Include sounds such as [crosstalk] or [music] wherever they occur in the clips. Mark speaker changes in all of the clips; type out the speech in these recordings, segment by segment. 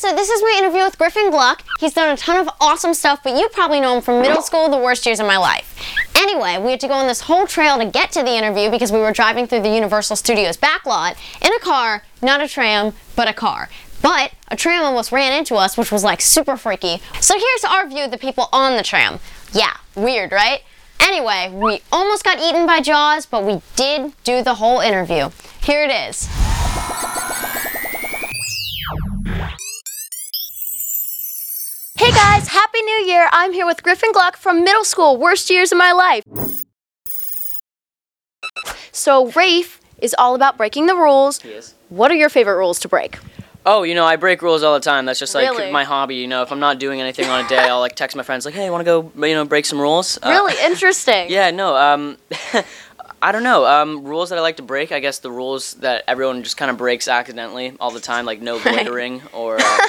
Speaker 1: so this is my interview with Griffin Gluck. He's done a ton of awesome stuff, but you probably know him from middle school, the worst years of my life. Anyway, we had to go on this whole trail to get to the interview because we were driving through the Universal Studios backlot in a car, not a tram, but a car. But a tram almost ran into us, which was like super freaky. So here's our view of the people on the tram. Yeah, weird, right? Anyway, we almost got eaten by Jaws, but we did do the whole interview. Here it is.
Speaker 2: Hey guys, Happy New Year! I'm here with Griffin Gluck from middle school, worst years of my life. So, Rafe is all about breaking the rules.
Speaker 3: Yes.
Speaker 2: What are your favorite rules to break?
Speaker 3: Oh, you know, I break rules all the time. That's just like
Speaker 2: Really?
Speaker 3: my hobby. You know, if I'm not doing anything on a day, I'll like text my friends like, "Hey, want to go? You know, break some rules." Uh,
Speaker 2: Really interesting.
Speaker 3: Yeah. No. Um, [laughs] I don't know. Um, rules that I like to break. I guess the rules that everyone just kind of breaks accidentally all the time,
Speaker 2: [laughs]
Speaker 3: like no loitering or. Um,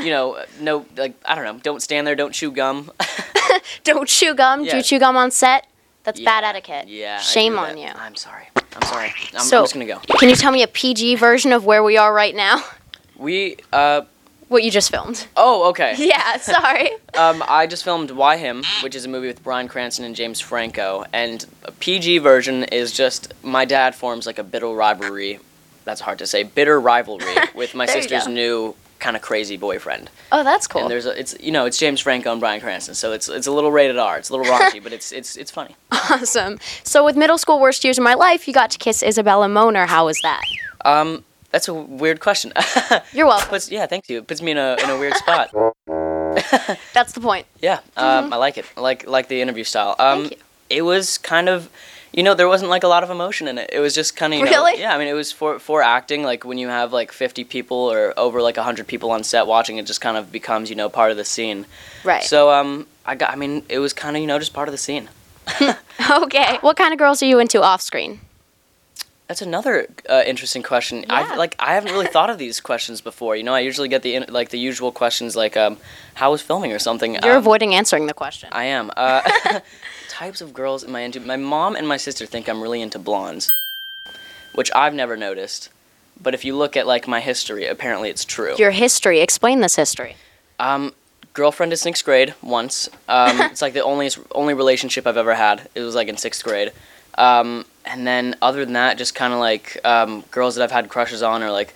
Speaker 3: you know, no, like I don't know. Don't stand there. Don't chew gum. [laughs]
Speaker 2: Don't chew gum. Do
Speaker 3: Yeah.
Speaker 2: you chew gum on set? That's
Speaker 3: Yeah,
Speaker 2: bad etiquette.
Speaker 3: yeah. I
Speaker 2: Shame
Speaker 3: do
Speaker 2: on
Speaker 3: that.
Speaker 2: you.
Speaker 3: I'm sorry. I'm sorry. I'm,
Speaker 2: So-
Speaker 3: I'm just gonna go.
Speaker 2: Can you tell me a PG version of where we are right now? [laughs]
Speaker 3: We. Uh.
Speaker 2: What you just filmed?
Speaker 3: Oh. Okay.
Speaker 2: [laughs] Yeah, sorry.
Speaker 3: Um, I just filmed Why Him, which is a movie with Brian Cranston and James Franco, and a PG version is just my dad forms like a bitter rivalry. That's hard to say.
Speaker 2: [laughs]
Speaker 3: Bitter rivalry with my
Speaker 2: There you
Speaker 3: sister's
Speaker 2: go.
Speaker 3: new kind of crazy boyfriend.
Speaker 2: [laughs] Oh, that's cool.
Speaker 3: And there's a, it's you know it's James Franco and Brian Cranston, so it's it's a little rated R. It's a little raunchy, but it's it's it's funny.
Speaker 2: awesome. So, with middle school worst years of my life, you got to kiss Isabella Moner. How was that?
Speaker 3: Um, that's a weird question. [laughs]
Speaker 2: You're welcome.
Speaker 3: puts yeah, thank you. It puts me in a in a weird spot.
Speaker 2: That's the point.
Speaker 3: Yeah, um, I like it. I like like the interview style. Um,
Speaker 2: Mm-hmm. you.
Speaker 3: It was kind of, you know, there wasn't like a lot of emotion in it. It was just kind of you know-
Speaker 2: Really?
Speaker 3: yeah. I mean, it was for for acting. Like when you have like fifty people or over like hundred people on set watching, it just kind of becomes you know part of the scene.
Speaker 2: Right.
Speaker 3: So um, I got. I mean, it was kind of you know just part of the scene. [laughs]
Speaker 2: Okay. What kind of girls are you into off screen?
Speaker 3: That's another uh, interesting question.
Speaker 2: Yeah.
Speaker 3: I've like I haven't really thought of these questions before. You know, I usually get the in- like the usual questions like um, how was filming or something.
Speaker 2: You're
Speaker 3: um,
Speaker 2: avoiding answering the question.
Speaker 3: I am. Uh, [laughs] types of girls am I into? My mom and my sister think I'm really into blondes, which I've never noticed. But if you look at like my history, apparently it's true.
Speaker 2: Your history. Explain this
Speaker 3: [laughs]
Speaker 2: history.
Speaker 3: um, girlfriend in sixth grade once. Um, it's like the only only relationship I've ever had. It was like in sixth grade. Um, and then other than that, just kind of like um, girls that I've had crushes on or like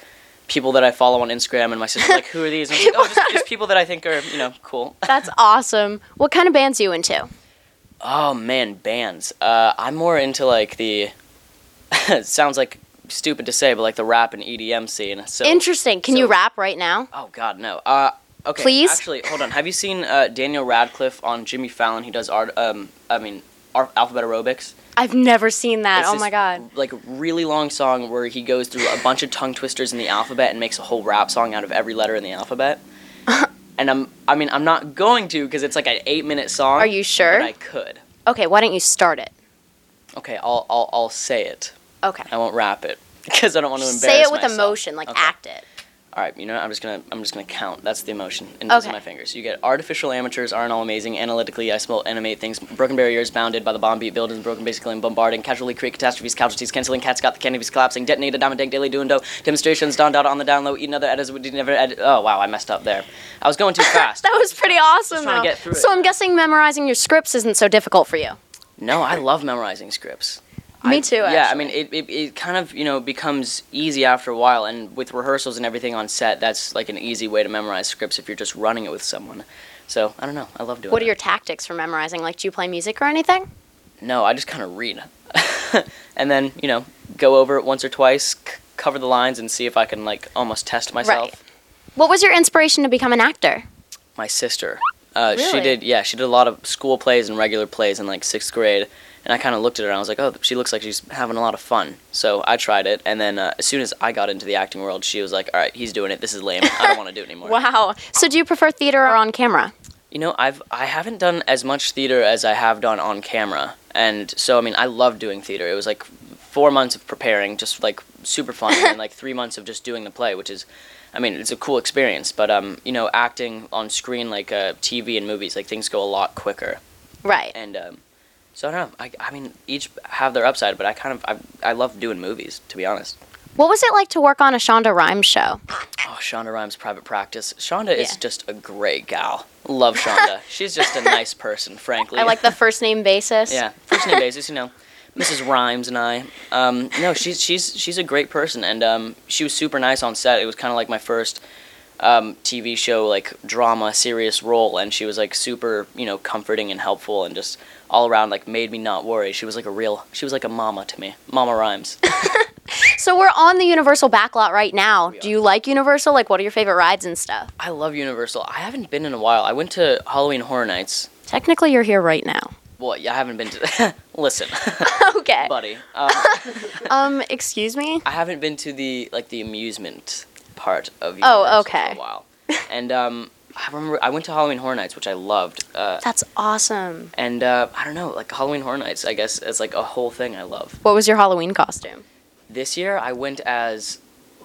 Speaker 3: people that I follow on Instagram. And my sister's like, "Who are these?" And I'm like, "Oh, just, just people that I think are you know cool."
Speaker 2: That's awesome. What kind of bands are you into?
Speaker 3: Oh man, bands. Uh, I'm more into like the. [laughs] it sounds like stupid to say, but like the rap and EDM scene. So.
Speaker 2: Interesting. Can you
Speaker 3: so-
Speaker 2: rap right now?
Speaker 3: oh God, no. Uh, okay.
Speaker 2: Please?
Speaker 3: Actually, hold on. Have you seen uh, Daniel Radcliffe on Jimmy Fallon? He does art. Um, I mean, ar- alphabet aerobics.
Speaker 2: I've never seen that.
Speaker 3: It's
Speaker 2: oh
Speaker 3: this,
Speaker 2: my god.
Speaker 3: Like really long song where he goes through a bunch of tongue twisters in the alphabet and makes a whole rap song out of every letter in
Speaker 2: [laughs]
Speaker 3: the alphabet. and I'm. I mean, I'm not going to because it's like an eight-minute song.
Speaker 2: Are you sure?
Speaker 3: But I could.
Speaker 2: Okay, why don't you start it?
Speaker 3: Okay, I'll I'll, I'll say it.
Speaker 2: Okay.
Speaker 3: I won't rap it [laughs] because I don't want to embarrass
Speaker 2: Say it with
Speaker 3: myself.
Speaker 2: emotion, like
Speaker 3: Okay.
Speaker 2: act it.
Speaker 3: All right, you know, what? I'm just gonna I'm just gonna count. That's the emotion. And those
Speaker 2: Okay.
Speaker 3: are my fingers. You get artificial amateurs aren't all amazing. Analytically, I smell animate things. Broken barriers bounded by the bomb beat buildings. Broken basically and bombarding. Casually create catastrophes. Casualties canceling. Cats got the canopies collapsing. Detonated diamond dank daily doing dough. Demonstrations don dot on the down low. Eat another edit. We never edit. Oh wow, I messed up there. I
Speaker 2: [laughs]
Speaker 3: was going too fast.
Speaker 2: That was pretty awesome.
Speaker 3: trying to
Speaker 2: though.
Speaker 3: get through
Speaker 2: so
Speaker 3: it.
Speaker 2: I'm guessing memorizing your scripts isn't so difficult for you.
Speaker 3: no, I love memorizing scripts.
Speaker 2: Me too.
Speaker 3: Yeah, I mean, it, it, it kind of, you know, becomes easy after a while, and with rehearsals and everything on set, that's like an easy way to memorize scripts if you're just running it with someone. So, I don't know. I love doing
Speaker 2: What are
Speaker 3: it.
Speaker 2: your tactics for memorizing? Like, do you play music or anything?
Speaker 3: No, I just kind of read. [laughs] and then, you know, go over it once or twice, c- cover the lines, and see if I can, like, almost test myself.
Speaker 2: Right. What was your inspiration to become an actor?
Speaker 3: My sister. Uh,
Speaker 2: Really?
Speaker 3: She did, yeah, she did a lot of school plays and regular plays in, like, sixth grade. And I kind of looked at her and I was like, oh, she looks like she's having a lot of fun. So I tried it. And then uh, as soon as I got into the acting world, she was like, all right, he's doing it. This is lame. I don't want to do it
Speaker 2: [laughs]
Speaker 3: anymore. [laughs]
Speaker 2: Wow. So do you prefer theater or on camera?
Speaker 3: You know, I've I haven't done as much theater as I have done on camera, and so I mean, I love doing theater. It was like four months of preparing, just like super fun, and like three months of just doing the play, which is, I mean, it's a cool experience. But um, you know, acting on screen like uh, TV and movies, like things go a lot quicker,
Speaker 2: Right.
Speaker 3: and um, so I don't know. I, I mean, each have their upside, but I kind of I, I love doing movies to be honest.
Speaker 2: What was it like to work on a Shonda Rhimes show?
Speaker 3: Oh, Shonda Rhimes' private practice. Shonda is
Speaker 2: Yeah.
Speaker 3: just a great gal. Love Shonda.
Speaker 2: [laughs]
Speaker 3: She's just a nice person, frankly.
Speaker 2: I like the first name basis.
Speaker 3: Yeah, first name basis, you know. Mrs. Rhymes and I. Um, no, she's she's she's a great person, and um, she was super nice on set. It was kind of like my first um, TV show, like drama, serious role, and she was like super, you know, comforting and helpful, and just all around like made me not worry. She was like a real, she was like a mama to me, Mama Rhymes.
Speaker 2: So we're on the Universal backlot right now.
Speaker 3: We
Speaker 2: Do
Speaker 3: are.
Speaker 2: you like Universal? Like, what are your favorite rides and stuff?
Speaker 3: [laughs] I love Universal. I haven't been in a while. I went to Halloween Horror Nights.
Speaker 2: Technically, you're here right now.
Speaker 3: Well, yeah, I haven't been to. [laughs] Listen,
Speaker 2: [laughs] Okay. [laughs]
Speaker 3: buddy, um,
Speaker 2: Um, excuse me.
Speaker 3: I haven't been to the like the amusement part of
Speaker 2: Oh,
Speaker 3: Universal
Speaker 2: okay.
Speaker 3: for a while. And um, I remember I went to Halloween Horror Nights, which I loved. Uh,
Speaker 2: That's awesome.
Speaker 3: and uh, I don't know, like Halloween Horror Nights, I guess is like a whole thing I love.
Speaker 2: What was your Halloween costume?
Speaker 3: This year I went as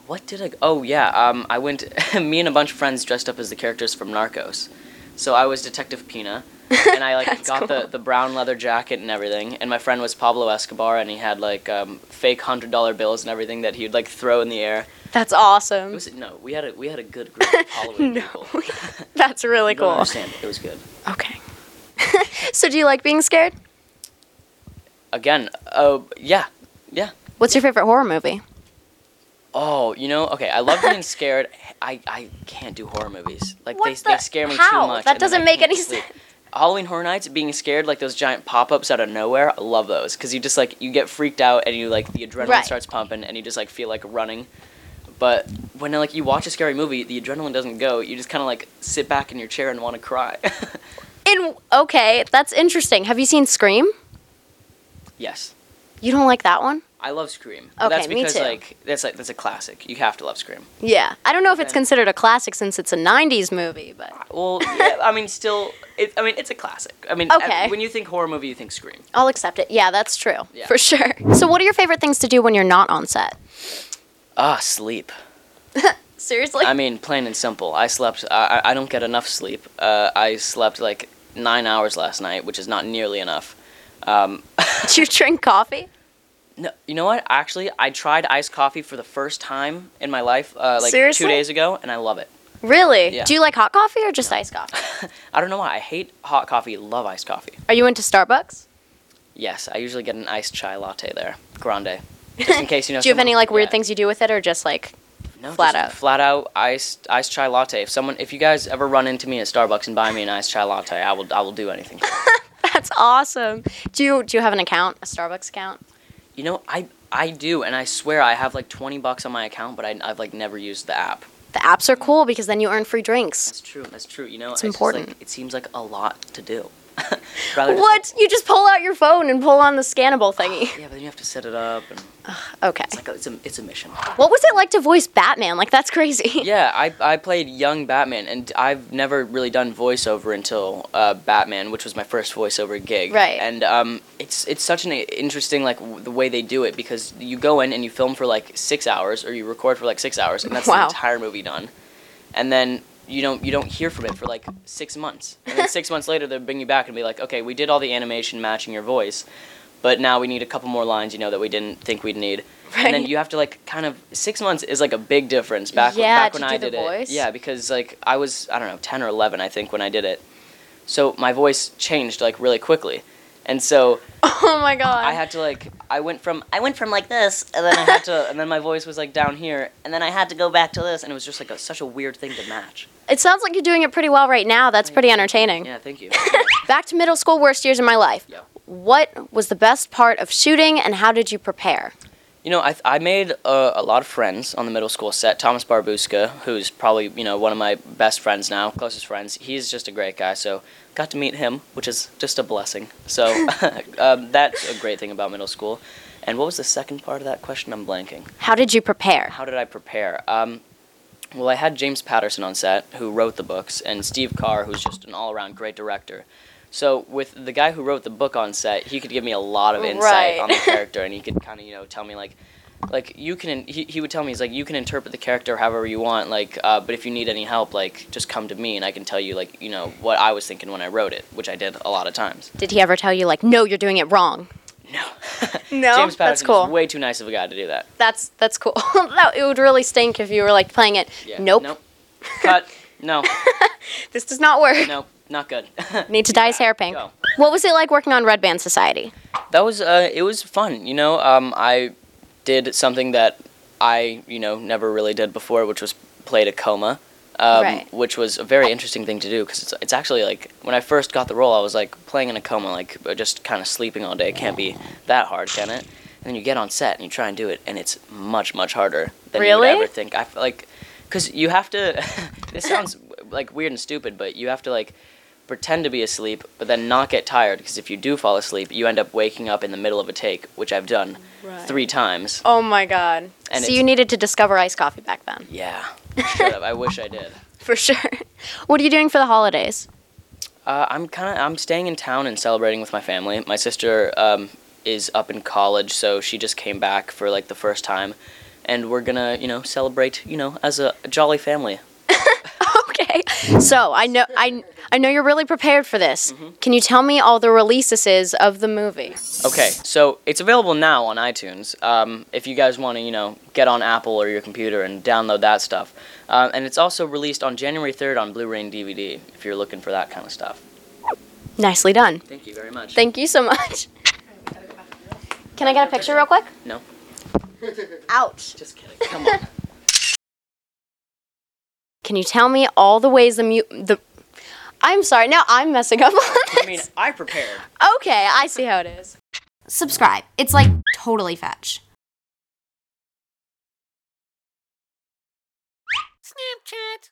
Speaker 3: what did I? Oh yeah, um, I went. [laughs] me and a bunch of friends dressed up as the characters from Narcos. So I was
Speaker 2: [laughs]
Speaker 3: Detective Pina, and I like
Speaker 2: That's
Speaker 3: got the,
Speaker 2: cool.
Speaker 3: the brown leather jacket and everything. And my friend was Pablo Escobar, and he had like um, fake hundred dollar bills and everything that he'd like throw in the air.
Speaker 2: That's awesome.
Speaker 3: It was no. We had a we had a good
Speaker 2: [laughs]
Speaker 3: group of Halloween
Speaker 2: No.
Speaker 3: people.
Speaker 2: [laughs] That's really
Speaker 3: You don't
Speaker 2: cool.
Speaker 3: understand. It was good.
Speaker 2: Okay. [laughs] so, do you like being scared?
Speaker 3: Again, oh yeah, yeah.
Speaker 2: What's your favorite horror movie?
Speaker 3: Oh, you know, okay. I love being scared. [laughs] I, I can't do horror movies. Like
Speaker 2: What
Speaker 3: they,
Speaker 2: the-
Speaker 3: they scare me
Speaker 2: how?
Speaker 3: too much.
Speaker 2: That
Speaker 3: and then
Speaker 2: doesn't
Speaker 3: I
Speaker 2: make
Speaker 3: can't
Speaker 2: any
Speaker 3: sleep. Halloween Horror Nights, being scared like those giant pop-ups out of nowhere. I love those because you just like you get freaked out and you like the adrenaline
Speaker 2: Right.
Speaker 3: starts pumping and you just like feel like running. But when like you watch a scary movie, the adrenaline doesn't go. You just kind of like sit back in your chair and want to cry. [laughs]
Speaker 2: In okay, that's interesting. Have you seen Scream?
Speaker 3: yes.
Speaker 2: You don't like that one?
Speaker 3: I love Scream.
Speaker 2: Okay,
Speaker 3: that's
Speaker 2: me
Speaker 3: because
Speaker 2: too.
Speaker 3: like that's like that's a classic. You have to love Scream.
Speaker 2: Yeah. I don't know if it's
Speaker 3: Okay.
Speaker 2: considered a classic since it's a '90s movie, but
Speaker 3: [laughs] Well, yeah, I mean, still, it, I mean, it's a classic. I mean, ev-
Speaker 2: Okay.
Speaker 3: when you think horror movie, you think Scream.
Speaker 2: I'll accept it. Yeah, that's true
Speaker 3: Yeah.
Speaker 2: for sure. So, what are your favorite things to do when you're not on set?
Speaker 3: Ah, sleep.
Speaker 2: Seriously?
Speaker 3: [laughs] I mean, plain and simple. I slept. I, I I don't get enough sleep. Uh, I slept like nine hours last night, which is not nearly enough. [laughs] Um,
Speaker 2: do you drink coffee?
Speaker 3: no, you know what? Actually, I tried iced coffee for the first time in my life, uh, like
Speaker 2: Seriously?
Speaker 3: two days ago, and I love it. [laughs]
Speaker 2: Really?
Speaker 3: Yeah.
Speaker 2: Do you like hot coffee or just iced coffee?
Speaker 3: I don't know why. I hate hot coffee. Love iced coffee.
Speaker 2: Are you into Starbucks?
Speaker 3: Yes, I usually get an iced chai latte there,
Speaker 2: [laughs]
Speaker 3: grande. Just in case you know.
Speaker 2: Do you have
Speaker 3: someone-
Speaker 2: any like weird
Speaker 3: yeah.
Speaker 2: things you do with it, or just like [laughs]
Speaker 3: No,
Speaker 2: Flat
Speaker 3: just
Speaker 2: out.
Speaker 3: Flat out iced iced chai latte. If someone, if you guys ever run into me at Starbucks and buy me an iced chai latte, I will I will do
Speaker 2: [laughs]
Speaker 3: anything. for it.
Speaker 2: that's awesome? Do you do you have an account, a Starbucks account?
Speaker 3: you know, I I do, and I swear I have like twenty bucks on my account, but I, I've like never used the app.
Speaker 2: The apps are cool because then you earn free drinks.
Speaker 3: That's true. That's true. You know,
Speaker 2: It's
Speaker 3: just,
Speaker 2: important.
Speaker 3: like, it seems like a lot to do. [laughs] Rather just-
Speaker 2: What? You just pull out your phone and pull on the scannable
Speaker 3: [sighs]
Speaker 2: thingy.
Speaker 3: yeah, but then you have to set it up, and
Speaker 2: Okay.
Speaker 3: it's like a, it's a it's a mission.
Speaker 2: What was it like to voice Batman? Like that's [laughs] crazy.
Speaker 3: Yeah, I, I played young Batman, and I've never really done voiceover until uh, Batman, which was my first voiceover gig.
Speaker 2: Right.
Speaker 3: And um, it's it's such an interesting like w- the way they do it because you go in and you film for like six hours or you record for like six hours, and that's
Speaker 2: Wow.
Speaker 3: the entire movie done, and then. You don't you don't hear from it for like six months, and then six months later they bring you back and be like, okay, we did all the animation matching your voice, but now we need a couple more lines, you know, that we didn't think we'd need. And then
Speaker 2: Right.
Speaker 3: you have to like kind of six months is like a big difference back when-
Speaker 2: Yeah,
Speaker 3: back
Speaker 2: to
Speaker 3: when
Speaker 2: do
Speaker 3: I
Speaker 2: the
Speaker 3: did
Speaker 2: voice.
Speaker 3: it. Yeah, because like I was I don't know ten or eleven I think when I did it, so my voice changed like really quickly, and so
Speaker 2: [laughs] Oh my god.
Speaker 3: I had to like I went from I went from like this and then I had to and then my voice was like down here and then I had to go back to this and it was just like a, such a weird thing to match.
Speaker 2: it sounds like you're doing it pretty well right now. That's pretty entertaining.
Speaker 3: Yeah, thank you.
Speaker 2: Back to middle school, worst years of my life.
Speaker 3: Yeah.
Speaker 2: What was the best part of shooting, and how did you prepare?
Speaker 3: You know, I, I made uh, a lot of friends on the middle school set. Thomas Barbuska, who's probably, you know, one of my best friends now, closest friends, he's just a great guy. So, got to meet him, which is just a blessing. So, [laughs] um, that's a great thing about middle school. And what was the second part of that question? I'm blanking.
Speaker 2: How did you prepare?
Speaker 3: How did I prepare? Um, well, I had James Patterson on set, who wrote the books, and Steve Carr, who's just an all around great director. So, with the guy who wrote the book on set, he could give me a lot of
Speaker 2: Right.
Speaker 3: insight
Speaker 2: [laughs]
Speaker 3: on the character, and he could kind of, you know, tell me, like, like you can he, he would tell me he's like you can interpret the character however you want like uh, but if you need any help like just come to me and i can tell you like you know what i was thinking when i wrote it which i did a lot of times [laughs]
Speaker 2: Did he ever tell you like, no, you're doing it wrong?
Speaker 3: No.
Speaker 2: No?
Speaker 3: James Patterson
Speaker 2: That's cool.
Speaker 3: is way too nice of a guy to do that.
Speaker 2: That's that's cool. [laughs] that, it would really stink if you were like playing it.
Speaker 3: Yeah.
Speaker 2: Nope.
Speaker 3: Nope. Cut. No.
Speaker 2: [laughs] This does not
Speaker 3: [laughs]
Speaker 2: work.
Speaker 3: Nope. Not good.
Speaker 2: Need to dye his hair pink.
Speaker 3: Go.
Speaker 2: What was it like working on Red Band Society?
Speaker 3: that was uh, it was fun you know um, i did something that i you know never really did before which was played a coma um,
Speaker 2: Right.
Speaker 3: which was a very interesting thing to do because it's, it's actually like when i first got the role i was like playing in a coma like uh, just kind of sleeping all day can't be that hard can it and then you get on set and you try and do it and it's much much harder than
Speaker 2: Really?
Speaker 3: you would ever think i feel like because you have to [laughs] this sounds like weird and stupid but you have to like pretend to be asleep, but then not get tired because if you do fall asleep, you end up waking up in the middle of a take, which I've done
Speaker 2: Right.
Speaker 3: three times.
Speaker 2: Oh my god.
Speaker 3: And
Speaker 2: so
Speaker 3: it's-
Speaker 2: you needed to discover iced coffee back then.
Speaker 3: Yeah. Shut up. I wish I did.
Speaker 2: For sure. [laughs] What are you doing for the holidays?
Speaker 3: Uh, I'm kind of I'm staying in town and celebrating with my family. My sister um, is up in college, so she just came back for like the first time, and we're gonna you know celebrate you know as a jolly family.
Speaker 2: [laughs] Okay. So, I know I I know you're really prepared for this.
Speaker 3: Mm-hmm.
Speaker 2: Can you tell me all the releases of the movie?
Speaker 3: Okay, so it's available now on iTunes. Um, if you guys want to, you know, get on Apple or your computer and download that stuff. Uh, and it's also released on January 3rd on Blu-ray and DVD if you're looking for that kind of stuff.
Speaker 2: Nicely done.
Speaker 3: Thank you very much.
Speaker 2: Thank you so much. Can I get a picture real quick?
Speaker 3: no,
Speaker 2: Ouch.
Speaker 3: just kidding. Come on.
Speaker 2: Can you tell me all the ways the mu- the I'm sorry. Now I'm messing up on this.
Speaker 3: I mean, I prepared.
Speaker 2: okay, I see how it is.
Speaker 1: Subscribe. It's like totally fetch.
Speaker 4: Snapchat.